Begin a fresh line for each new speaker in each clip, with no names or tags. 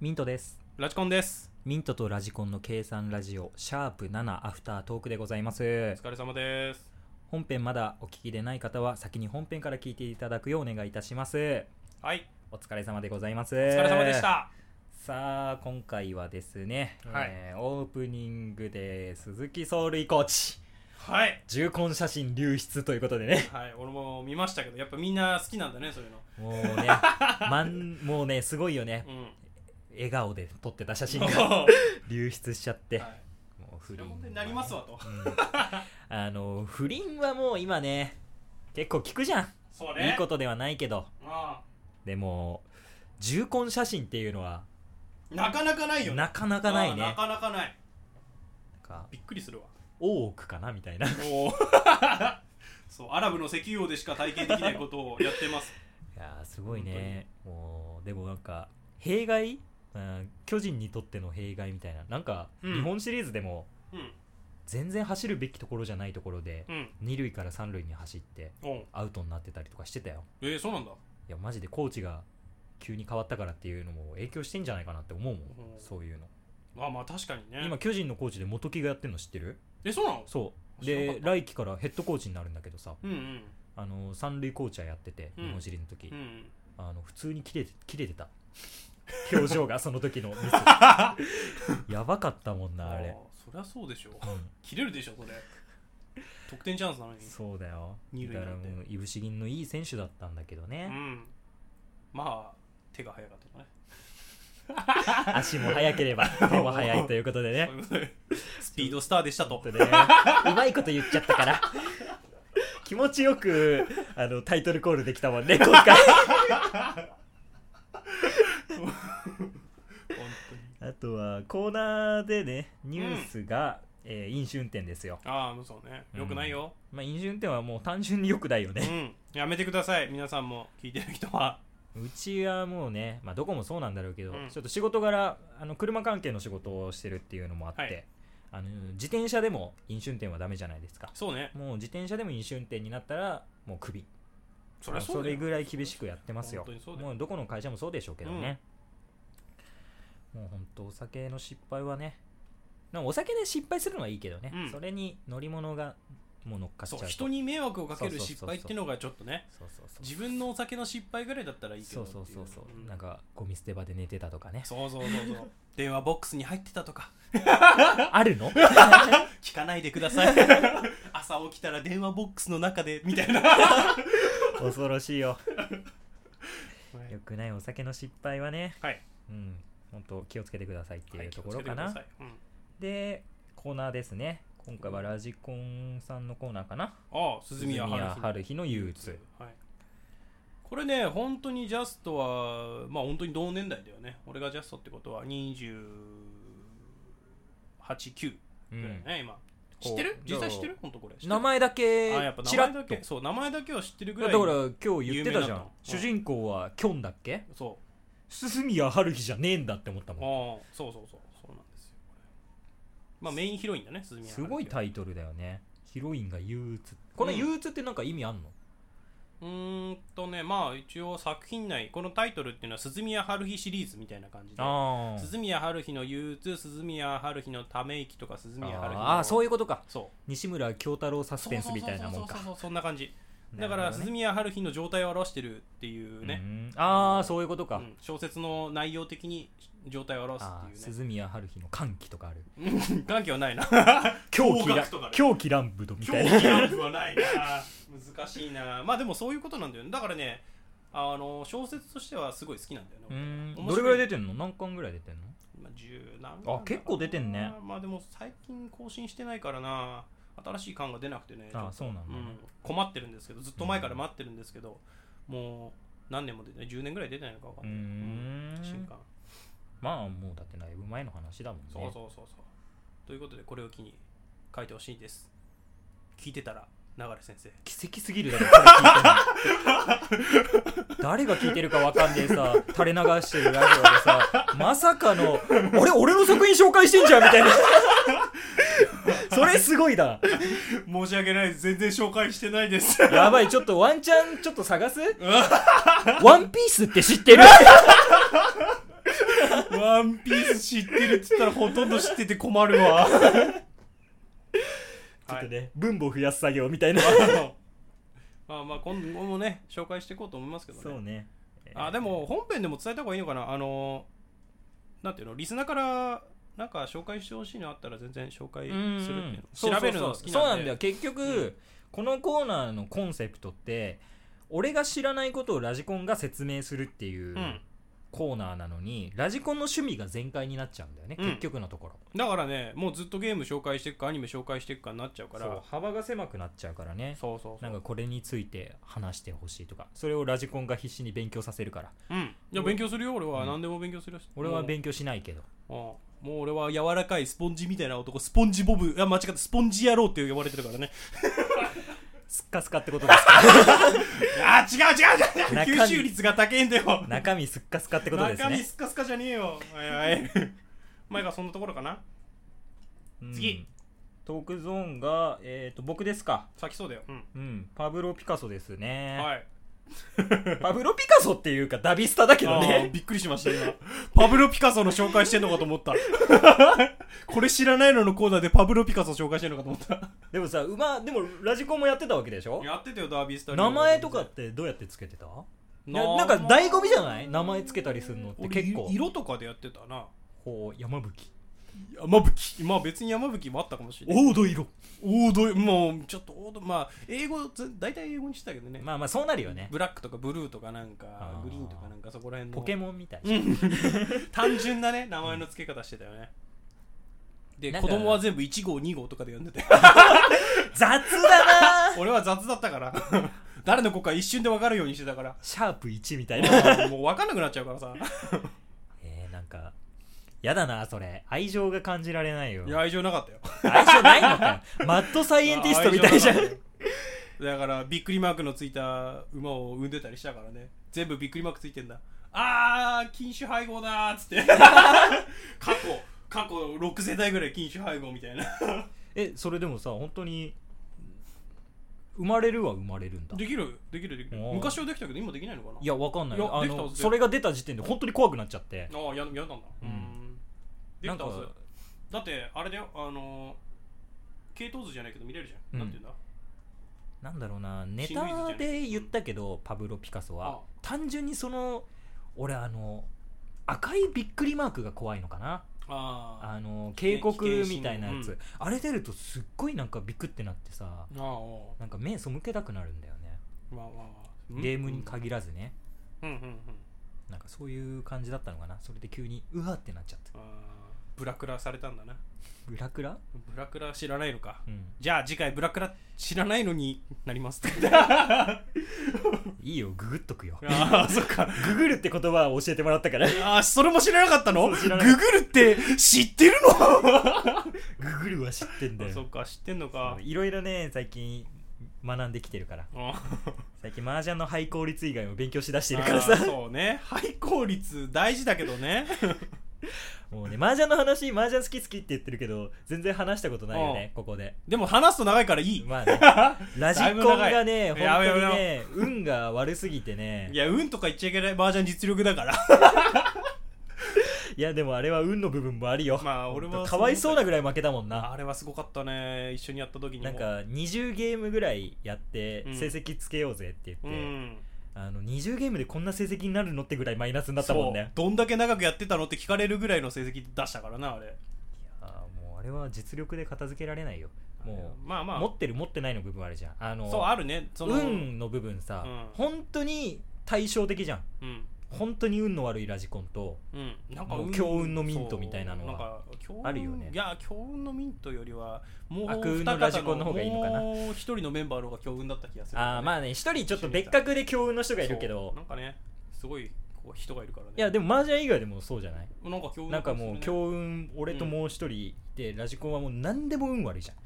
ミントです。
ラジコンです。
ミントとラジコンの計算ラジオ、シャープ7アフタートークでございます
お。疲れ様です。
本編まだお聞きでない方は、先に本編から聞いていただくようお願いいたします。
はい、
お疲れ様でございます。お
お
疲
疲れ様でし。た。
さあ、今回はですね、
はい
えーオープニングで鈴木走塁コーチ、
はい。
重婚写真流出ということで ね。
はい、俺も見ましたけど、やっぱみんな好きなんだね、そういうの。
もうね、まん、もうね、すごいよね。
うん。
笑顔で撮ってた写真が
は
流出しちゃって。
い、
もう不
それ
倫は
本当になりますわと。
うんあの不倫はもう今ね結構聞くじゃん、
そう
い
ね。
いことではないけど
あ
でも重婚写真っていうのは
あなかなかないよね。
なかなかない
ああ
ね
なかなかない。
なんか
びっくりするわ。
大奥かなみたいない
おお。 そう、アラブの石油王でしか体験できないことをやってます。
やーすごいねもうでもなんか弊害、うん、巨人にとっての弊害みたいななんか
うん
日本シリーズでも
うん。
全然走るべきところじゃないところで
うん。
二塁から三塁に走って
おう
アウトになってたりとかしてたよ
えー、そうなんだ。
いやマジでコーチが急に変わったからっていうのも影響してんじゃないかなって思うもん、
うん
そういうの
まあまあ、確かにね。
今巨人のコーチで元木がやってるの知ってる
え、そうなの
そう
知らなか
で
った
来季からヘッドコーチになるんだけどさ
うんうん。
あの三塁コーチはやってて
うん
日本シリーズの時、
うん。
あの普通に切れて切れてた 表情がその時のミ スやばかったもんなあれ
ー。そりゃそうでしょ。
うん
切れるでしょ、それ。得点チャンスなのに。
そうだよ
二塁
だ
な
から
んて
もういぶし銀のいい選手だったんだけど
う
ね
ん、まあ手が早かったとかね
足も速けれ ば手も速いということでね
そういうことでスピードスターでしたと
ちょっと ね、うまいこと言っちゃったから。気持ちよく、あの、タイトルコールできたもんね、今回。
本当に
あとは、コーナーでね、ニュースが、えー飲酒運転ですよ。
ああそうねよくないよ、
まあ、飲酒運転はもう単純に良くないよ
うん
ね。
やめてください皆さんも聞いてる人は
うちはもうね、まあ、どこもそうなんだろうけど、
うん
ちょっと仕事柄、あの、車関係の仕事をしてるっていうのもあって、
はい
あの、自転車でも飲酒運転はダメじゃないですか。
そうね
もう自転車でも飲酒運転になったら、もうクビ。
そりゃそうだよ
れぐらい厳しくやってますよ
本当にそうだよ
もうどこの会社もそうでしょうけどね、もう本当お酒の失敗はねなんかお酒で失敗するのはいいけどね、
うん
それに乗り物がもう乗っかっちゃ
そうう
と
人に迷惑をか
そ
け
う
る
そうそうそう
失敗っていうのがちょっとね
そうそうそう
自分のお酒の失敗ぐらいだったらいいけ
そう
どってい
そうそうそう、
うん
なんかゴミ捨て場で寝てたと かね
そうそうそう そう電話ボックスに入ってたとか
ある の
聞かないでください 朝起きたら電話ボックスの中でみたいな
恐ろしい よよくないお酒の失敗はね
はい
うん本当気をつけてくださいって
はいいう
ところかな、
気をつけてくださいうん
でコーナーですね今回はラジコンさんのコーナーかな
ああ鈴宮春日
春日の憂鬱
はい、これね本当にジャストはまあ本当に同年代だよね俺がジャストってことは289
う
ぐらい
ん
ね、今知ってる
じゃ
実
あ
際知ってる本当これ知ってる
名前だ
あ
け
やっぱ
ち
名
ら
前
っ
だ
と
けそう名前だけを知ってるぐ
だ
ら
か
い
ら今日言ってた
有
じ
名
ゃ
なんの
主人公はキョンだっけ
そ
鈴宮春日じゃねえんだって思った
う
もん
ああそうそうそうそうなんですよこれまあメインヒロインだね鈴宮
すごいタ
イ
イトルだよねヒロインが憂鬱この
うん
憂鬱ってなんか意味あんの
うーんとねまあ一応作品内このタイトルっていうのは鈴宮春日シリーズみたいな感じで
あー
鈴宮春日の憂鬱鈴宮春日のため息とか鈴宮春日の
あーそういうことか
そう
西村京太郎サスペンスみたいなもんか
そうそうそうそうそんな感じ
な
だ
るほ
か
どね
ら鈴宮春日の状態を表してるっていうね、
うんああそういうこと
う
か、
ん小説の内容的に状態を表す
あー
っていうね
鈴宮春日の歓喜とかある
うん関係はないな
狂気
驚
ら
愕とかね
狂気乱舞と み
狂
たい
気
な
ランプはないな難しいなまあでもそういうことなんだよねだからねあの小説としてはすごい好きなんだよ
う
ね、
ん
面白い
どれぐらい出てんの何巻ぐらい出てんの
まあ、十何巻
あ結構出てんね
まあでも最近更新してないからな新しい感が出なくてね
あーそうなんだね
うん困ってるんですけどずっと前から待ってるんですけど、もう何年も出てない10年ぐらい出てないのか分か
うんん
ない、うん新刊
まあもうだってだいぶ前の話だもんね
そうそうそうそうということでこれを機に書いてほしいです聞いてたら流れ先生
奇跡すぎるだろこれ聞いて んの誰が聞いてるかわかんねえさ垂れ流してるラジオでさまさかの「あれ俺の作品紹介してんじゃん」みたいなそれすごいだ
申し訳ない全然紹介してないです
やばいちょっとワンチャンちょっと探す「ワンピースって知ってる
ワンピース知ってるって言ったらほとんど知ってて困る わ。
ちょっ
は
と
い
ね、分母を増やす作業みたいな
まあまあ今後もね、紹介していこうと思いますけどね。
そうね
あ、でも本編でも伝えた方がいいのかなあの、なんていうの、リスナーからなんか紹介してほしいのあったら全然紹介するっていうの。
そうそうそう
調べるの好きなんで。
そうなんだよ結局、
うん
このコーナーのコンセプトって俺が知らないことをラジコンが説明するっていう
うん。
コーナーなのに、ラジコンの趣味が全開になっちゃうんだよね、
うん
結局のところ
だからね、もうずっとゲーム紹介していくか、アニメ紹介していくかになっちゃうから。
そう幅が狭くなっちゃうからね
そうそうそう
なんかこれについて話してほしいとかそれをラジコンが必死に勉強させるから
うんいや勉強するよ俺は何でも勉強するよ
俺は勉強しないけど
もうもう俺は柔らかいスポンジみたいな男スポンジボブあ間違ったスポンジ野郎って呼ばれてるか らね
スッカスカってことです か
あ違う違う違う
中身
吸収率が高いんだよ
中身スッカスカってことです
中身
ね
スカスカじゃねえよはいはい前がそんなところかな
うん
次
トークゾーンが、えー、と僕ですか
咲きそうだようん
うん、パブロ・ピカソですね、
はい
パブロ・ピカソっていうかダビスタだけど
あー
ね
びっくりしました今パブロ・ピカソの紹介してんのかと思った これ知らないののコーナーでパブロ・ピカソ紹介してんのかと思った
でもさ馬でもラジコンもやってたわけでしょ
やってたよダービースタ
名前とかってどうやってつけてたいやなんか醍醐味じゃない名前つけたりするのって
俺
結構
色とかでやってたな
こう山吹
山吹まあ別に山吹もあったかもしれない
黄土色
王道もうちょっと王道まあ英語ず大体英語にしてたけどね、
まあまあそうなるよね
ブラックとかブルーとかなんか
あー
グリーンとかなんかそこら辺の
ポケモンみたい
単純なね名前の付け方してたよね、で
なんか
子供は全部1号2号とかで呼んでて
雑 だな
俺は雑だったから誰の子か一瞬で分かるようにしてたから
シャープ1みたいな
あーもう分かんなくなっちゃうからさ
えー、なんかやだなそれ愛情が感じられないよ
いや愛情なかったよ
愛情ないの かよマッドサイエンティストみたいじゃん
あー愛情なかったよだからびっくりマークのついた馬を産んでたりしたからね全部びっくりマークついてんだあー禁酒配合だーっつって 過去過去6世代ぐらい禁酒配合みたいな
えそれでもさ本当に生まれるは生まれるんだ
できるできるできる
おー
昔はできたけど今できないのかない
やわかんない
いや
あ
できたは
の
ずだ
そ
よ
れが出た時点で本当に怖くなっちゃって
ああややったんだ
うん
んで
な
き
ん
た
か
はずだってあれだよあのー系統図じゃないけど見れるじゃ、
うんん
なんていうんだ
なんだろうなネ
シングルズじゃ
タ
ない
で言ったけどパブロ・ピカソ
ああ
は単純にその俺あの赤いびっくりマークが怖いのかな
あーあ
あの警告
危険信号
みたいなやつ、
うん
あれ出るとすっごいなんかビクってなってさ
あお
なんか目背けたくなるんだよね
うまあまあまあうん
ゲームに限らずね
うんうんうんうん
なんかそういう感じだったのかなそれで急にうわってなっちゃった
あーブラクラされたんだな
ブラクラ
ブラクラ知らないのか
うん
じゃあ次回ブラクラ知らないのになります
いいよググっとくよ
ああそっか
ググるって言葉を教えてもらったから
ああそれも知らなかったの
そう知らなか
ググるって知ってる
ググるは知ってんだ
のそ
よ
っか知ってんのか
いろいろね最近学んできてるから
あ
最近麻雀の廃効率以外も勉強しだしてるから
あ
さ
そうね廃効率大事だけどね
もうね麻雀の話麻雀好き好きって言ってるけど全然話したことないよねここで
でも話すと長いからいい
まあねラジコンがね
だいぶ長い
本
やめよ
当
う
に
やめ
ね運が悪すぎてね
いや運とか言っちゃいけない麻雀実力だから
いやでもあれは運の部分もあるよ
まあ俺は
本当かわいそうなぐらい負けたもんな
あれはすごかったね一緒にやった時にも
なんか20ゲームぐらいやって
うん
成績つけようぜって
う
言って、
ん
あの20ゲームでこんな成績になるのってぐらいマイナスになったもんね
そうどんだけ長くやってたのって聞かれるぐらいの成績出したからなあれ
いやーもうあれは実力で片付けられないよもう、
まあまあ
持ってる持ってないの部分あるじゃんあの
そうあるねその
運の部分さ、
うん
本当に対照的じゃん
うん
本当に運の悪いラジコンと
うん、なん
もう強運のミントみたいなのは
そうなんか強運
あるよね
いや強運のミントよりはもう
悪運のラジコンの方がいいのかな
もう一人のメンバーの方が強運だった気がする、
ああま
あ
あね一人ちょっと別格で強運の人がいるけ
そう
ど
なんかねすごいこう人がいるからね
いやでも麻雀以外でもそうじゃない
なんか強運
なんかもう
日
強運俺ともう一人いて、ラジコンはもう何でも運悪いじゃん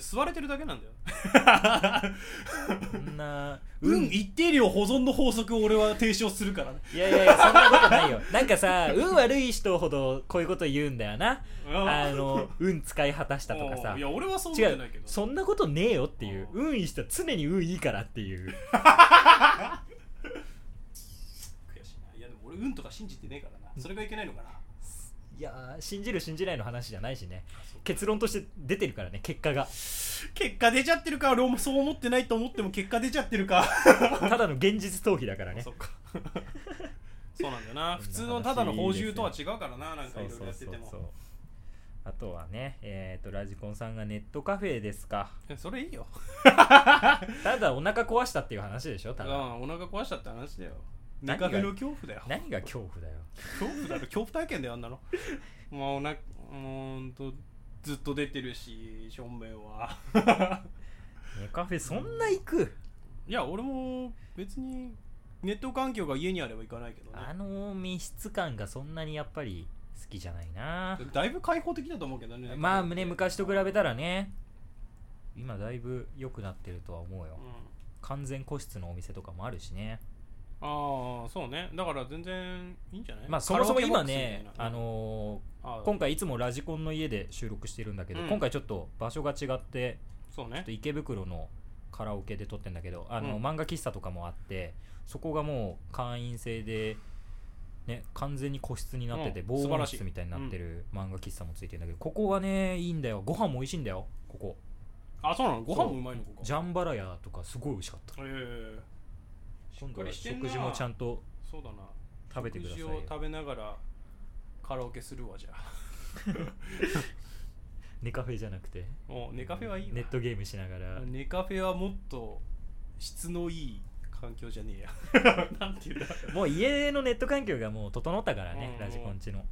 座れてるだけなんだよ
そん な
運一定量保存の法則を俺は提唱するからね
いやいやいやそんなことないよ なんかさ運悪い人ほどこういうこと言うんだよなあの運使い果たしたとかさ
いや俺はそう
違
思って
う
ないけど
そんなことねえよっていう
う
運いい人は常 に運いいからっていう
悔しいないやでも俺俺運とか信じてねえからなそれがいけないのかない
やー信じる信じないの話じゃないしね
そう
結論として出てるからね結果 が
結果出ちゃってるか俺もそう思ってないと思っても結果出ちゃってるか
ただの現実逃避だからね
そうかそうなんだよ な普通のただの報酬とは違うからななんかいろいろやってても
うあとはねえっ、とラジコンさんがネットカフェですか
えそれいいよ
ただお腹壊したっていう話でしょ
う
た
んお
だ
腹壊しちゃった話だよネ
何が
カフェの恐怖だよ
何が恐怖だよ
恐怖だろ恐怖体験だよあんな のもうなもうほんとずっと出てるし正面は
ネカフェそんな行く
いや俺も別にネット環境が家にあれば行かないけど
あ
ね
の密室感がそんなにやっぱり好きじゃないな
だいぶ開放的だと思うけどね
まあね昔と比べたらね今だいぶ良くなってるとは思うよ
うん
完全個室のお店とかもあるしね
ああそうねだから全然いいんじゃない
まあそもそも今ね
カ
あ
ラオケボックスみたいな
の
あ
ー
ー
今回いつもラジコンの家で収録してるんだけど、
うん
今回ちょっと場所が違って
そう
ちょ
ね
っと池袋のカラオケで撮ってんだけどあの、
うん
漫画喫茶とかもあってそこがもう会員制で、ね、完全に個室になってて、
うん
防
素晴
音
らしい
室みたいになってる漫画喫茶もついてるんだけどここはねいいんだよご飯も美味しいんだよここ
あそうなのご飯もうまいのここ
ジャンバラヤとかすごい美味しかった
ええ
今度
か
は
りしてんな
食事もちゃんと
そうだな
食べてくださいよ
食事を食べながらカラオケするわじゃあ
ネカフェじゃなくて
もうネカフェはいいわ
ネットゲームしながら
ネカフェはもっと質のいい環境じゃねえや なんていうんだ
もう家のネット環境がもう整ったからね、
うん
ラジコンチの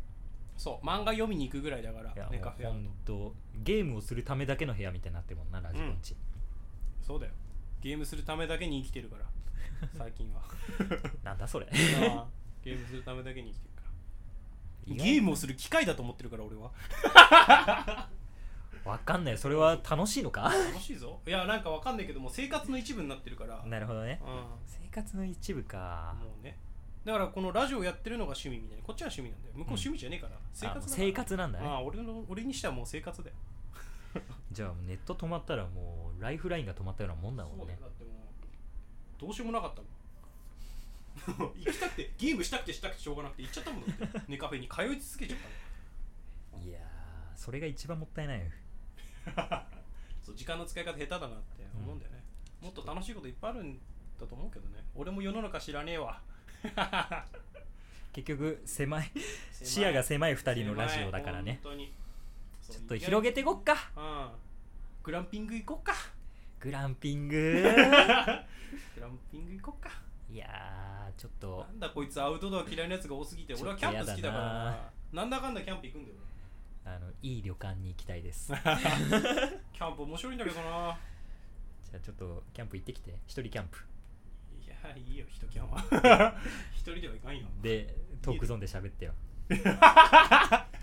そう漫画読みに行くぐらいだから
いやも
ネカ
う
フェは
本当ゲームをするためだけの部屋みたいになってるもんなラジコンチ、
そうだよゲームするためだけに生きてるから最近は
なんだそ れ
なあゲームするためだけに生きてるからゲームをする機会だと思ってるから俺は
わかんないそれは楽しいのか
楽しいぞいやなんかわかんないけどもう生活の一部になってるからうん
なるほどね
も
生活の一部か
うねだからこのラジオやってるのが趣味みたいなこっちは趣味なんだよ向こう趣味じゃねえから、生
あも
活
う
だから
生活なんだ
あ
ね
あ俺の俺にしてはもう生活だよ
じゃあネット止まったらもうライフラインが止まったようなもんだ
そ
も
うんだ
ね
よだってもうどうしようもなかったもん行きたくてゲームしたくてしたくてしょうがなくて行っちゃったもんだってネカフェに通い続けちゃったもん
いやーそれが一番もったいないよ
そう時間の使い方下手だなって思うんだよね、もっと楽しいこといっぱいあるんだと思うけどね俺も世の中知らね えわ
結局狭い視野が狭い2人のラジオだからね
狭い本当に
ちょっと広げていこっか
そううんグランピング行こっか
グランピング
グランピング行こっか
いやーちょっと
なんだこいつアウトドア嫌いなやつが多すぎて
ち
俺
ょ
は
っ
キ
と
ャンプ好きだから
やだ
な
な
なんだかんだキャンプ行くんだよ
あのいい旅館に行きたいですじゃ
キャンプ面白いんだけどな
あちょっとキャンプ行ってきて一人キャンプ
いやいいよ人キャンは 一人ではいかんよ
でトークゾーンで喋ってよちょ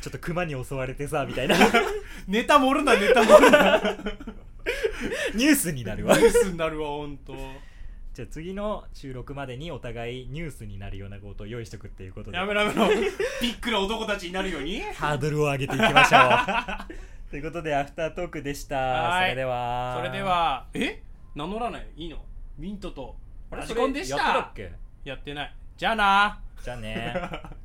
っと熊に襲われてさみたいな
ネタ盛るなネタ盛るな
ニュースに なる
ニ
わ
ュースになるわほんと
じゃあ次の収録までにお互いニュースになるようなことを用意しとくっていうことで
やめろやめろビッグな男たちになるように
ハードルを上げていきましょうということでアフタートークでした
は
そ
い
れでは
それではえ名乗らないいいのミントと
あれ
ラジコンでし
それやったてたっ
やってないじゃあな
けじゃあね
ー